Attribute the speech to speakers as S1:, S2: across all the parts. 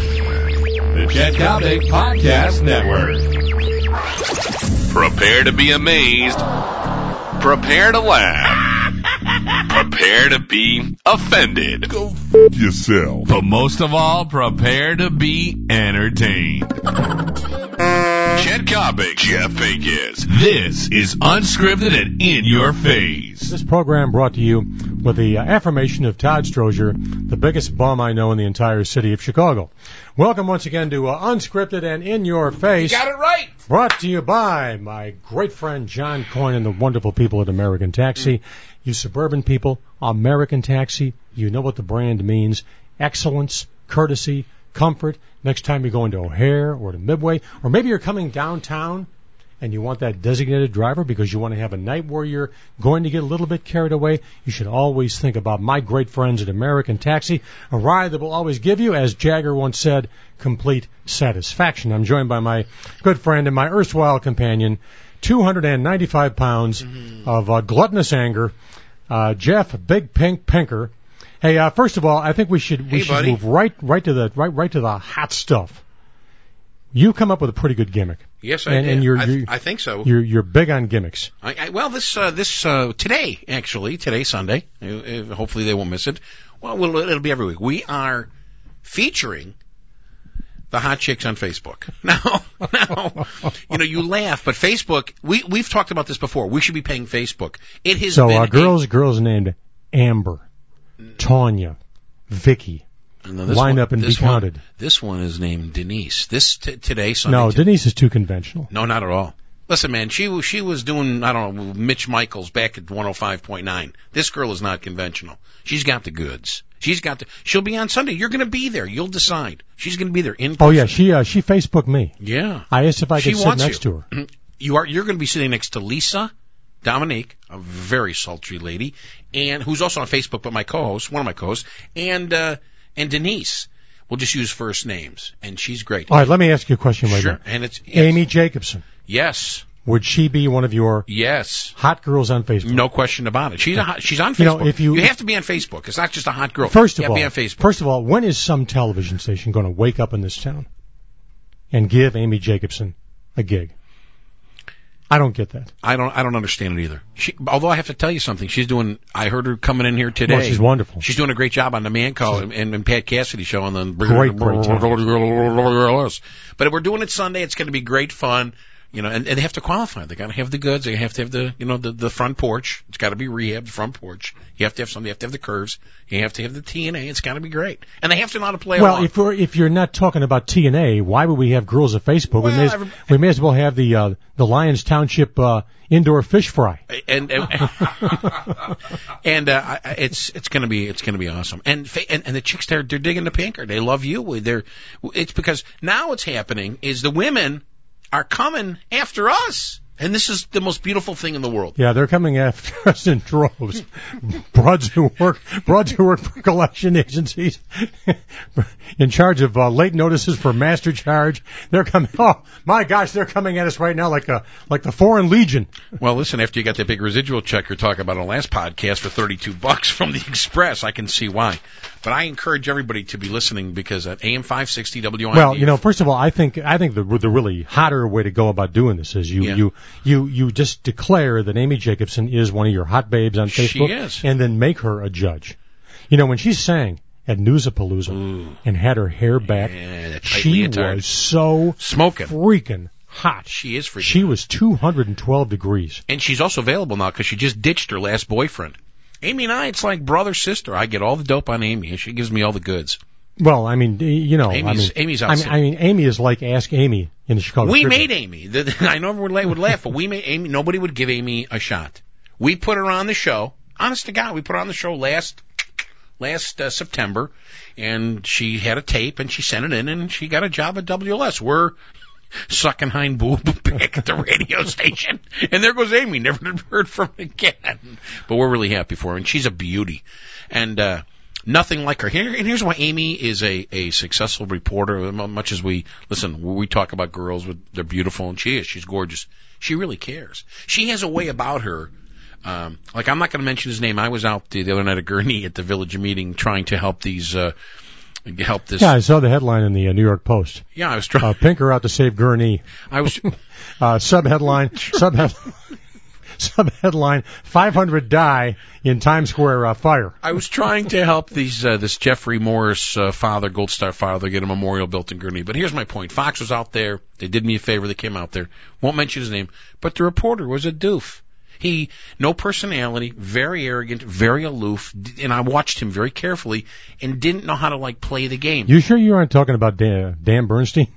S1: The Chet Kalnick Podcast Network. Prepare to be amazed. Prepare to laugh. prepare to be offended. Go f- yourself. But most of all, prepare to be entertained. Chet Kalnick, Jeff Akins. This is unscripted and in your face.
S2: This program brought to you with the uh, affirmation of Todd Strozier, the biggest bum I know in the entire city of Chicago. Welcome once again to uh, Unscripted and In Your Face.
S3: Got it right.
S2: Brought to you by my great friend John Coyne and the wonderful people at American
S3: Mm.
S2: Taxi. You suburban people, American Taxi, you know what the brand means. Excellence, courtesy, comfort. Next time you're going to O'Hare or to Midway, or maybe you're coming downtown and you want that designated driver because you want to have a night where you're going to get a little bit carried away, you should always think about my great friends at American Taxi, a ride that will always give you, as Jagger once said, complete satisfaction. I'm joined by my good friend and my erstwhile companion, 295 pounds
S3: Mm-hmm.
S2: of uh, gluttonous anger, uh, Jeff Big Pink Pinker. Hey, uh, first of all, I think we should we
S3: Hey,
S2: should
S3: buddy.
S2: move right right to the right right to the hot stuff. You come up with a pretty good gimmick.
S3: Yes, I
S2: And-
S3: did.
S2: and you're-
S3: I,
S2: you're-
S3: I think so.
S2: You're you're big on gimmicks.
S3: I, I, well, this uh, this uh, today actually today Sunday. uh, Uh, hopefully they won't miss it. Well, we'll, it'll be every week. We are featuring the hot chicks on Facebook. Now, now, you know, you laugh, but Facebook. We we've talked about this before. We should be paying Facebook. It has
S2: So
S3: been
S2: uh,
S3: a-
S2: girls, girls named Amber, Tanya, Vicky.
S3: No, this
S2: line
S3: one-
S2: up and be
S3: this one-
S2: counted.
S3: this one is named Denise. This t- today Sunday.
S2: No,
S3: today.
S2: Denise is too conventional.
S3: No, not at all. Listen, man, she was she was doing I don't know Mitch Michaels back at 105.9. This girl is not conventional. She's got the goods. She's got the. She'll be on Sunday. You're going to be there. You'll decide. She's going to be there in.
S2: Oh yeah, she uh, she Facebooked me.
S3: Yeah.
S2: I asked if I could
S3: She
S2: sit
S3: wants
S2: next
S3: you.
S2: to her.
S3: You are. You're going to be sitting next to Lisa, Dominique, a very sultry lady, and who's also on Facebook, but my co-host, one of my co-hosts, and uh, and Denise. We'll just use first names, and she's great.
S2: All right, let me ask you a question right
S3: sure.
S2: now.
S3: And it's
S2: Amy Jacobson,
S3: Yes.
S2: would she be one of your
S3: Yes.
S2: hot girls on Facebook?
S3: No question about it. She's a hot, she's on
S2: You
S3: Facebook.
S2: know, if you-
S3: have to be on Facebook. It's not just a hot girl.
S2: First
S3: you
S2: of
S3: have
S2: all,
S3: to be on Facebook.
S2: first of all, when is some television station going to wake up in this town and give Amy Jacobson a gig? I don't get that.
S3: I don't I don't understand it either. She, although I have to tell you something, she's doing. I heard her coming in here today.
S2: Well, she's wonderful.
S3: She's doing a great job on the Man Call and, and, Pat Cassidy show and then
S2: Great, great
S3: But we're doing it Sunday. It's going to be great fun. You know, and, and they have to qualify. They got to have the goods. They have to have the you know the, the front porch. It's got to be rehabbed the front porch. You have to have something. You have to have the curves. You have to have the TNA. It's got to be great. And they have to know how to play.
S2: Well,
S3: along.
S2: if we're, if you're not talking about TNA, why would we have girls at Facebook? we,
S3: Well,
S2: may as,
S3: every-
S2: we may as well have the uh, the Lions Township uh, indoor fish fry.
S3: and and, and uh, I- I- it's it's gonna be it's gonna be awesome. And fa- and, and the chicks they're they're digging the pinker. They love you. They're it's because now what's happening is the women are coming after us, and this is the most beautiful thing in the world.
S2: Yeah, they're coming after us in droves. broads who work broads who work for collection agencies, in charge of uh, late notices for master charge. They're coming. Oh my gosh, they're coming at us right now like a like the foreign legion.
S3: Well, listen, after you got that big residual check you're talking about on the last podcast for 32 bucks from the Express, I can see why. But I encourage everybody to be listening because at AM 560 WID.
S2: Well, you know, first of all, I think I think the the really hotter way to go about doing this is you
S3: Yeah.
S2: you you you just declare that Amy Jacobson is one of your hot babes on
S3: She
S2: Facebook,
S3: is.
S2: and then make her a judge. You know, when she sang at Newsapalooza and had her hair back,
S3: Yeah, that tight
S2: she
S3: leotard.
S2: was so
S3: smoking.
S2: freaking hot.
S3: She is freaking.
S2: She was 212 degrees.
S3: and she's also available now because she just ditched her last boyfriend. Amy and I, it's like brother sister. I get all the dope on Amy, and she gives me all the goods.
S2: Well, I mean, you know, Oh, I
S3: Amy's-
S2: mean,
S3: Amy's
S2: I mean,
S3: outstanding.
S2: I mean, Amy is like Ask Amy in the Chicago.
S3: we
S2: Tribune.
S3: made Amy. The- the- I know everyone la- would laugh, but we made Amy. Nobody would give Amy a shot. We put her on the show. Honest to God, we put her on the show last last uh, September, and she had a tape and she sent it in, and she got a job at WLS. We're sucking hind boob back at the radio station, and there goes Amy. Never heard from again. But we're really happy for her, and she's a beauty. and uh, nothing like her. Here, and here's why Amy is a, a successful reporter. mu- Much as we listen, we talk about girls, with, they're beautiful, and she is. She's gorgeous. She really cares. She has a way about her. Um, like I'm not going to mention his name. I was out the, the other night at Gurney at the village meeting trying to help these. Uh, help this.
S2: Yeah, I saw the headline in the uh, New York Post.
S3: Yeah, I was trying.
S2: Uh, Pinker out to save Gurney.
S3: I was.
S2: Uh, subheadline, subhead, subheadline, 500 die in Times Square uh, fire.
S3: I was trying to help these uh, this Jeffrey Morris uh, father, Gold Star father, get a memorial built in Gurney. But here's my point: Fox was out there. They did me a favor. They came out there. Won't mention his name, but the reporter was a doof. He no personality, very arrogant, very aloof, d- and I watched him very carefully and didn't know how to like play the game.
S2: You sure you aren't talking about Dan, Dan Bernstein?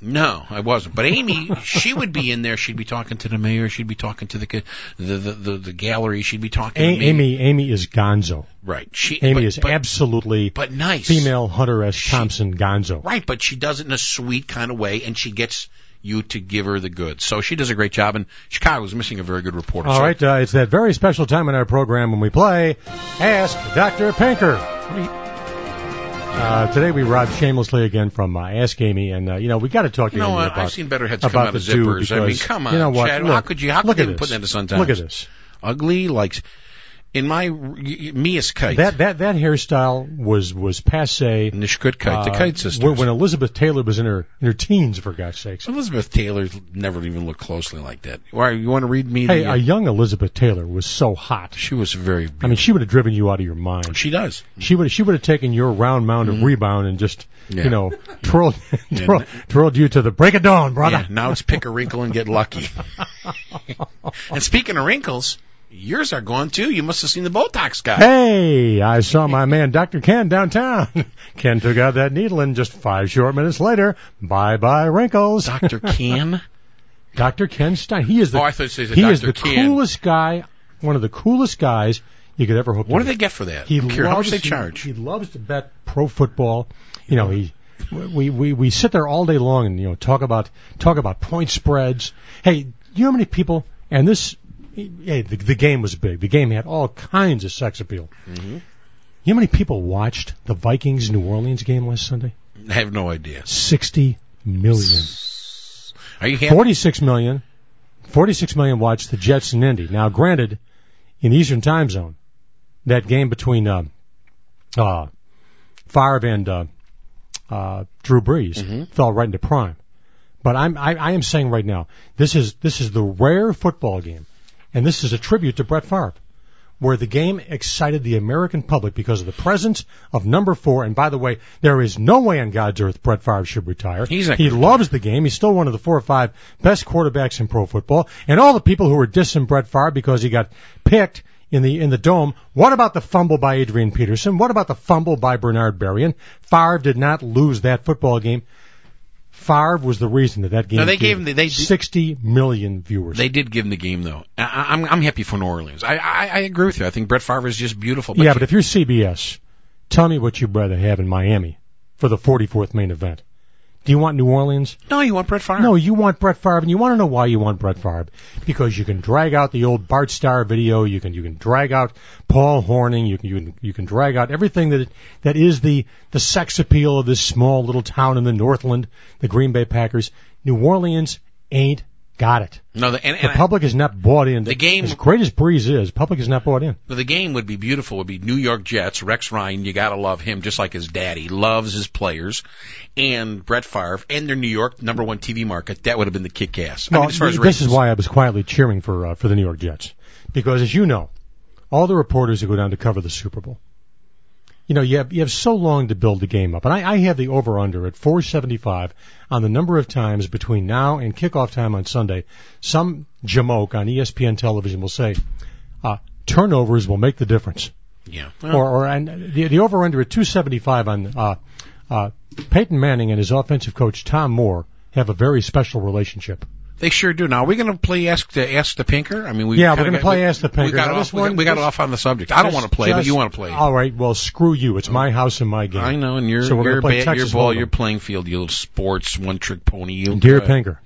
S3: No, I wasn't. But Amy, she would be in there. She'd be talking to the mayor. She'd be talking to the ca- the the, the, the gallery. She'd be talking
S2: A-
S3: to me.
S2: Amy, Amy is Gonzo.
S3: Right. She.
S2: Amy
S3: but,
S2: is
S3: but,
S2: absolutely
S3: but nice.
S2: female Hunter S. Thompson Gonzo.
S3: Right, but she does it in a sweet kind of way, and she gets you to give her the goods. So she does a great job, and Chicago's missing a very good reporter.
S2: All
S3: so
S2: right, uh, it's that very special time in our program when we play Ask Dr. Pinker. Uh, today we robbed shamelessly again from uh, Ask Amy, and uh, you know we got to talk to
S3: You know
S2: Amy
S3: what?
S2: about
S3: I've seen better heads
S2: about
S3: come out
S2: the
S3: of
S2: dude
S3: zippers. I mean,
S2: because,
S3: come on,
S2: you know what?
S3: Chad. how
S2: Look,
S3: could you? How
S2: look
S3: could they
S2: at
S3: even put
S2: this.
S3: that in the sun times?
S2: Look at this.
S3: Ugly, like in my Mia's kite.
S2: That that that hairstyle was was passe.
S3: Nishkut kite, the
S2: uh,
S3: kite sisters.
S2: when, when Elizabeth Taylor was in her in her teens, for God's sakes.
S3: Elizabeth Taylor never even looked closely like that. Why? You want to read me?
S2: Hey,
S3: the, uh,
S2: a young Elizabeth Taylor was so hot.
S3: she was very.
S2: I mean, she would have driven you out of your mind.
S3: She does.
S2: She would she would have taken your round mound of rebound and just
S3: Mm-hmm. Yeah.
S2: you know twirled, twirled twirled you to the break of dawn, brother.
S3: Yeah, now it's pick a wrinkle and get lucky. and speaking of wrinkles, yours are gone too. You must have seen the Botox guy.
S2: Hey, I saw my man Dr. Ken downtown. Ken took out that needle and just five short minutes later, bye bye wrinkles.
S3: Dr. Can?
S2: Dr. Ken Stein, he is the
S3: Oh, I thought you said
S2: he is
S3: Dr.
S2: the
S3: Can.
S2: coolest guy, one of the coolest guys you could ever hope.
S3: What
S2: to
S3: do they
S2: meet.
S3: get for that?
S2: He
S3: I'm curious. How much
S2: loves
S3: they
S2: he-
S3: charge?
S2: He, loves to bet pro football. You know, he we, we we sit there all day long and you know talk about talk about point spreads. Hey, you know how many people? And this, hey, the, the game was big. The game had all kinds of sex appeal.
S3: Mm-hmm.
S2: You know how many people watched the Vikings New Orleans game last Sunday?
S3: I have no idea.
S2: Sixty million.
S3: Are you happy?
S2: 46 million, 46 million watched the Jets in Indy. Now, granted, in the Eastern time zone, that game between uh, uh, Favre and uh, uh, Drew Brees fell right into prime. But I'm I, I am saying right now, this is this is the rare football game, and this is a tribute to Brett Favre. Where the game excited the American public because of the presence of number four. And by the way, there is no way on God's earth Brett Favre should retire.
S3: He's not
S2: he
S3: gonna
S2: loves the game. He's still one of the four or five best quarterbacks in pro football. And all the people who were dissing Brett Favre because he got picked in the in the dome. What about the fumble by Adrian Peterson? What about the fumble by Bernard Berrien? Favre did not lose that football game. Favre was the reason that that game.
S3: No, they gave
S2: gained
S3: him the- they-
S2: sixty million viewers.
S3: They did give him the game though. I, I- I'm I'm happy for New Orleans. I, I I agree with you. I think Brett Favre is just beautiful. But
S2: yeah, but if you're CBS, tell me what you'd rather have in Miami for the 44th main event. Do you want New Orleans?
S3: no, you want Brett Favre.
S2: No, you want Brett Favre, and you want to know why you want Brett Favre because you can drag out the old Bart Starr video, you can you can drag out Paul Horning, you can you can, you can drag out everything that that is the the sex appeal of this small little town in the Northland, the Green Bay Packers. New Orleans ain't got it.
S3: no. The, and,
S2: The
S3: and I-
S2: public is not bought in.
S3: The game-
S2: as great as Breeze is, public is not bought in.
S3: Well, the game would be beautiful. Would be New York Jets. Rex Ryan, you gotta love him, just like his daddy loves his players, and Brett Favre, and their New York number one TV market. That would have been the kick ass. I
S2: Well,
S3: mean, as far as
S2: this is
S3: ratings-
S2: why I was quietly cheering for uh, for the New York Jets because, as you know, all the reporters who go down to cover the Super Bowl, you know, you have you have so long to build the game up, and I, I have the over under at 475 on the number of times between now and kickoff time on Sunday, some jamoke on E ESPN television will say, uh, turnovers will make the difference,
S3: Yeah.
S2: or or and the, the over under at 275 on uh, uh, Peyton Manning and his offensive coach Tom Moore have a very special relationship.
S3: They sure do. Now, are we going to play ask the ask the pinker? I mean, we
S2: Yeah,
S3: kinda
S2: we're gonna
S3: got-
S2: play
S3: we-
S2: Ask the Pinker.
S3: We got,
S2: Now,
S3: off,
S2: this
S3: we got-
S2: one-
S3: we got
S2: this-
S3: off on the subject. I don't want to play, but
S2: Just-
S3: you want to play.
S2: All right. Well, screw you. It's my house and my game.
S3: I know, and you're
S2: So we're gonna
S3: you're
S2: play
S3: bat, your
S2: Texas
S3: ball,
S2: Hold'em.
S3: your playing field, you little sports one trick pony. You
S2: Dear Pinker.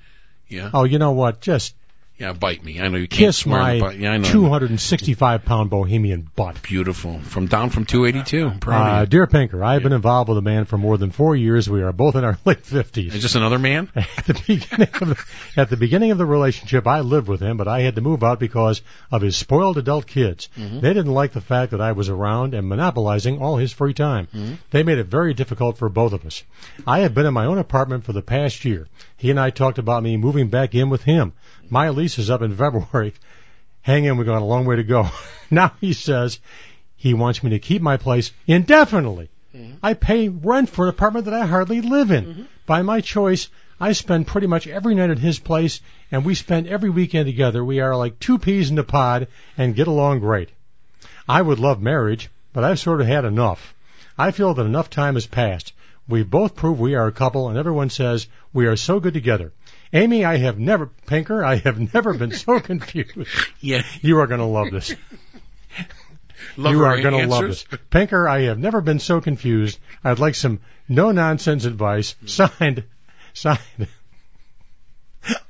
S3: Yeah.
S2: Oh, you know what? Just
S3: Yeah, bite me. I know you can't
S2: Kiss
S3: swear,
S2: my
S3: but yeah, I know.
S2: 265 pound bohemian butt.
S3: Beautiful. From down from 282. I'm proud of
S2: Uh,
S3: you.
S2: dear Pinker, I've been involved with a man for more than four years. We are both in our late 50s.
S3: Is this another man?
S2: At the beginning of the, at the beginning of the relationship, I lived with him, but I had to move out because of his spoiled adult kids. They didn't like the fact that I was around and monopolizing all his free time. They made it very difficult for both of us. I have been in my own apartment for the past year. He and I talked about me moving back in with him. My lease is up in February. Hang in, we've got a long way to go. now he says he wants me to keep my place indefinitely. I pay rent for an apartment that I hardly live in. By my choice, I spend pretty much every night at his place, and we spend every weekend together. We are like two peas in a pod and get along great. I would love marriage, but I've sort of had enough. I feel that enough time has passed. We both prove we are a couple, and everyone says we are so good together. Amy, I have never, Pinker, I have never been so confused.
S3: Yeah.
S2: You are going to love this. You
S3: Lover
S2: are going to love
S3: answers?
S2: this. Pinker, I have never been so confused. I'd like some no nonsense advice.
S3: Hmm.
S2: Signed, signed,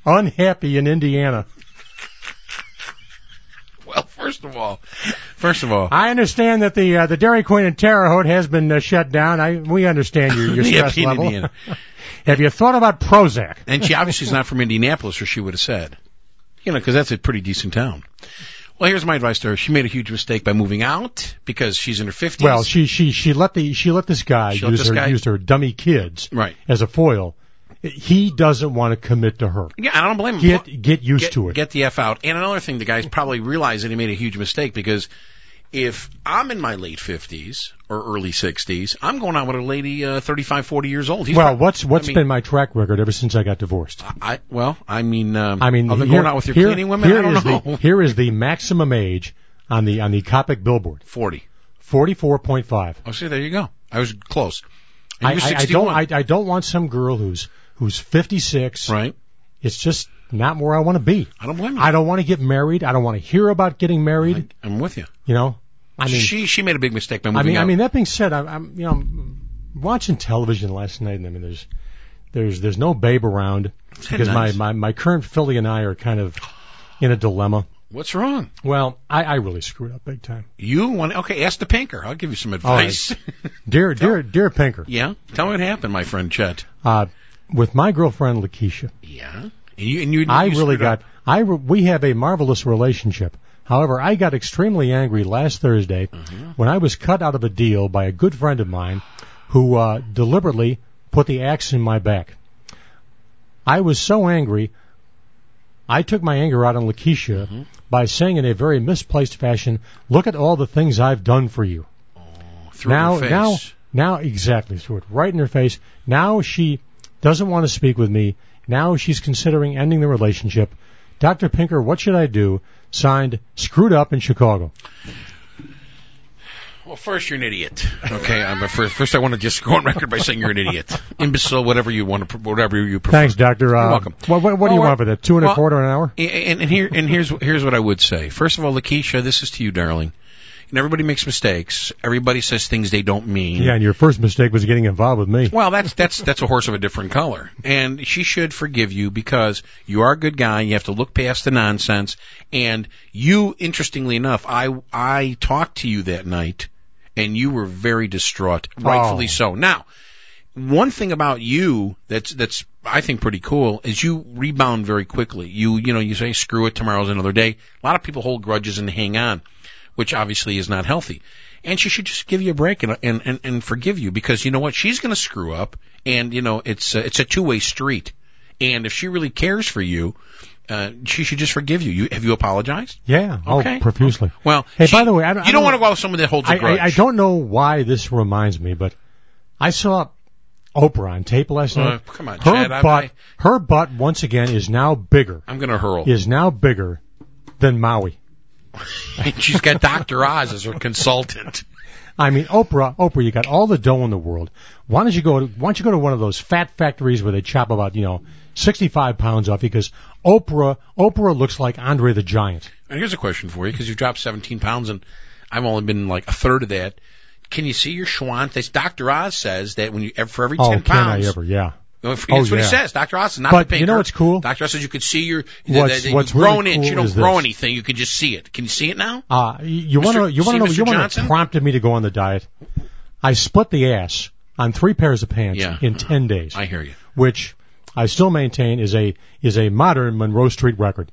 S2: unhappy in Indiana.
S3: Well, first of all, first of all,
S2: I understand that the uh, the Dairy Queen in Terre Haute has been uh, shut down. I we understand your, your
S3: Yeah,
S2: stress
S3: in
S2: level.
S3: Indiana.
S2: have you thought about Prozac?
S3: and she obviously is not from Indianapolis, or she would have said, you know, because that's a pretty decent town. Well, here's my advice to her. She made a huge mistake by moving out because she's in her 50s.
S2: Well, she she she let the she let this guy
S3: She let
S2: use
S3: this
S2: her
S3: guy-
S2: used her dummy kids
S3: right.
S2: as a foil. He doesn't want to commit to her.
S3: Yeah, I don't blame him.
S2: Get get used
S3: get,
S2: to it.
S3: get the F out. And another thing, the guy's probably realized that he made a huge mistake because if I'm in my late 50s or early 60s, I'm going out with a lady uh, 35, 40 years old. He's
S2: well,
S3: prob-
S2: what's what's
S3: I mean-
S2: been my track record ever since I got divorced?
S3: I, well, I mean, um,
S2: I mean,
S3: other
S2: here,
S3: going out with your
S2: here-
S3: cleaning women,
S2: here
S3: I don't
S2: is
S3: know.
S2: The, here is the maximum age on the on the Copic billboard,
S3: 40.
S2: forty four point five.
S3: Oh, see, there you go. I was close. And
S2: I,
S3: you're
S2: I, I
S3: 61,
S2: don't I, I don't want some girl who's who's fifty six.
S3: right?
S2: It's just not where I want to be.
S3: I don't blame you.
S2: I don't want to get married. I don't want to hear about getting married.
S3: I'm with you.
S2: You know, I mean,
S3: she she made a big mistake by moving
S2: I mean,
S3: out.
S2: I mean. That being said, I, I'm you know I'm watching television last night, and I mean, there's there's there's no babe around because
S3: nice?
S2: my, my my current Philly and I are kind of in a dilemma.
S3: What's wrong?
S2: Well, I, I really screwed up big time.
S3: You want okay? Ask the pinker. I'll give you some advice.
S2: Dear, dear, dear Pinker,
S3: yeah, tell me what happened, my friend Chet.
S2: uh, with my girlfriend Lakeisha,
S3: Yeah, and you and you.
S2: I
S3: you
S2: really
S3: screwed up.
S2: got. I re- we have a marvelous relationship. However, I got extremely angry last Thursday when I was cut out of a deal by a good friend of mine who uh, deliberately put the axe in my back. I was so angry. I took my anger out on Lakeisha by saying in a very misplaced fashion, "Look at all the things I've done for you."
S3: Threw it in
S2: now,
S3: your face.
S2: now, now, exactly, threw it right in her face. Now she doesn't want to speak with me. Now she's considering ending the relationship. Dr. Pinker, what should I do? Signed, screwed up in Chicago.
S3: Well, first you're an idiot. Okay, I'm a, first, first I want to just go on record by saying you're an idiot, imbecile, whatever you want to, whatever you prefer.
S2: Thanks, Doctor. Uh,
S3: welcome.
S2: What, what, what do
S3: Well,
S2: you
S3: we're-
S2: want for that? Two and
S3: well-
S2: a quarter an hour?
S3: And, and here and here's here's what I would say. First of all, Lakeisha, this is to you, darling. And everybody makes mistakes. Everybody says things they don't mean.
S2: Yeah, and your first mistake was getting involved with me.
S3: Well, that's that's that's a horse of a different color, and she should forgive you because you are a good guy. You have to look past the nonsense, and you, interestingly enough, I I talked to you that night, and you were very distraught, rightfully
S2: Oh.
S3: so. Now, one thing about you that's that's I think pretty cool is you rebound very quickly. You you know you say screw it, tomorrow's another day. A lot of people hold grudges and hang on, which obviously is not healthy. And she should just give you a break and and and, and forgive you because you know what she's going to screw up, and you know it's a, it's a two way street. And if she really cares for you, uh, she should just forgive you. You have you apologized?
S2: Yeah,
S3: okay.
S2: oh, profusely.
S3: Well,
S2: Hey,
S3: she-
S2: by the way, I don't-
S3: you
S2: I
S3: don't
S2: don't-
S3: want to go out with someone that holds a
S2: I,
S3: grudge.
S2: I, I don't know why this reminds me, but I saw Oprah on tape last
S3: Uh,
S2: night.
S3: come on,
S2: her
S3: Chad, I-
S2: butt,
S3: I-
S2: her butt once again is now bigger,
S3: I'm going to hurl.
S2: is now bigger than Maui.
S3: She's got Dr. Oz as her consultant.
S2: I mean, Oprah, Oprah, you got all the dough in the world. Why don't you go? To, why don't you go to one of those fat factories where they chop about you know sixty-five pounds off? Because Oprah, Oprah looks like Andre the Giant.
S3: And here's a question for you, because you dropped 17 pounds and I've only been like a third of that. Can you see your schwant? This Dr. Oz says that when you for every 10
S2: Oh, can
S3: pounds,
S2: I ever? Yeah.
S3: If- That's
S2: Oh,
S3: what he
S2: yeah.
S3: says. Dr. Oz is not
S2: But
S3: the painter.
S2: you know what's cool?
S3: Dr. Oz says you could see your
S2: What's-
S3: that- that
S2: what's
S3: you grown
S2: really
S3: inch. You
S2: cool
S3: don't
S2: is
S3: grow
S2: this.
S3: anything. You could just see it. Can you see it now?
S2: Uh, you want to
S3: Mr.
S2: you want to know
S3: see,
S2: you
S3: Mr.
S2: want to
S3: Johnson?
S2: prompted me to go on the diet. I split the ass on three pairs of pants
S3: Yeah.
S2: in ten days,
S3: I hear you.
S2: which I still maintain is a is a modern Monroe Street record.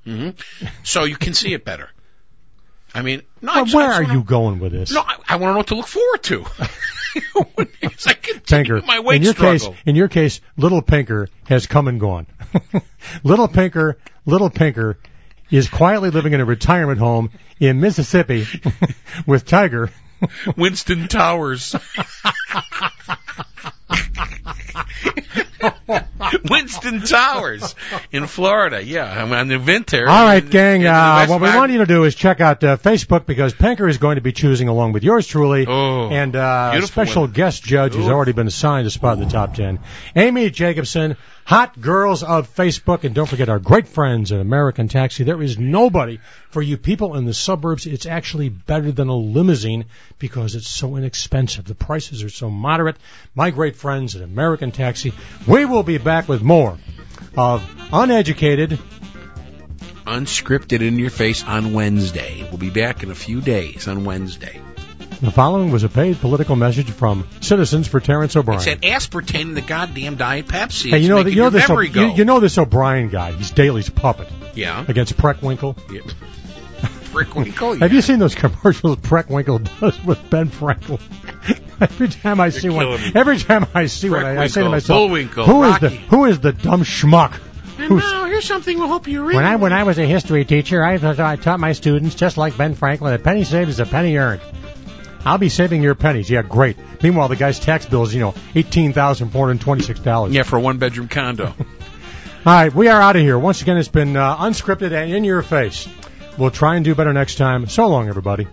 S3: So you can see it better. I mean, no, I
S2: But
S3: just- I
S2: where
S3: just
S2: are
S3: wanna-
S2: you going with this,
S3: No, I, I want to know what to look forward to. As I continue
S2: Pinker?
S3: my weight
S2: in your
S3: struggle.
S2: case, in your case, Little Pinker has come and gone. little Pinker, Little Pinker is quietly living in a retirement home in Mississippi with Tiger.
S3: Winston Towers. Winston Towers in Florida. Yeah, I'm on the event there.
S2: All right, gang.
S3: In the
S2: Uh,
S3: West
S2: what we
S3: Mar-
S2: want you to do is check out uh, Facebook because Pinker is going to be choosing along with yours truly,
S3: Oh,
S2: and uh,
S3: beautiful
S2: special
S3: women.
S2: guest judge who's
S3: Ooh.
S2: already been assigned a spot in the top ten, Amy Jacobson, hot girls of Facebook, and don't forget our great friends at American Taxi. There is nobody for you people in the suburbs. It's actually better than a limousine because it's so inexpensive. The prices are so moderate. My great friends at American Taxi. We will be back with more of uneducated.
S3: unscripted in your face on Wednesday. We'll be back in a few days on Wednesday.
S2: The following was a paid political message from Citizens for Terrence O'Brien.
S3: It's that aspartame in the goddamn Diet Pepsi.
S2: hey,
S3: It's
S2: you know,
S3: making
S2: you know
S3: your
S2: this,
S3: memory
S2: you,
S3: go.
S2: you know this O'Brien guy. He's Daly's puppet
S3: yeah.
S2: against Preckwinkle.
S3: yeah. Frick Winkle.
S2: Have you seen those commercials Preckwinkle does with Ben Franklin? every time I see one,
S3: killing me.
S2: every time I see one, I, I say to
S3: Preckwinkle,
S2: myself,
S3: Bullwinkle,
S2: who is the
S3: Rocky."
S2: who is the dumb schmuck?
S3: And
S2: who's-
S3: now here's something we'll hope you read.
S2: When I when I was a history teacher, I, I taught my students just like Ben Franklin, a penny saved is a penny earned. I'll be saving your pennies. Yeah, great. Meanwhile, the guy's tax bill is you know eighteen thousand four hundred twenty-six dollars.
S3: yeah, for a one bedroom condo.
S2: All right, we are out of here. Once again, it's been uh, unscripted and in your face. We'll try and do better next time. So long, everybody.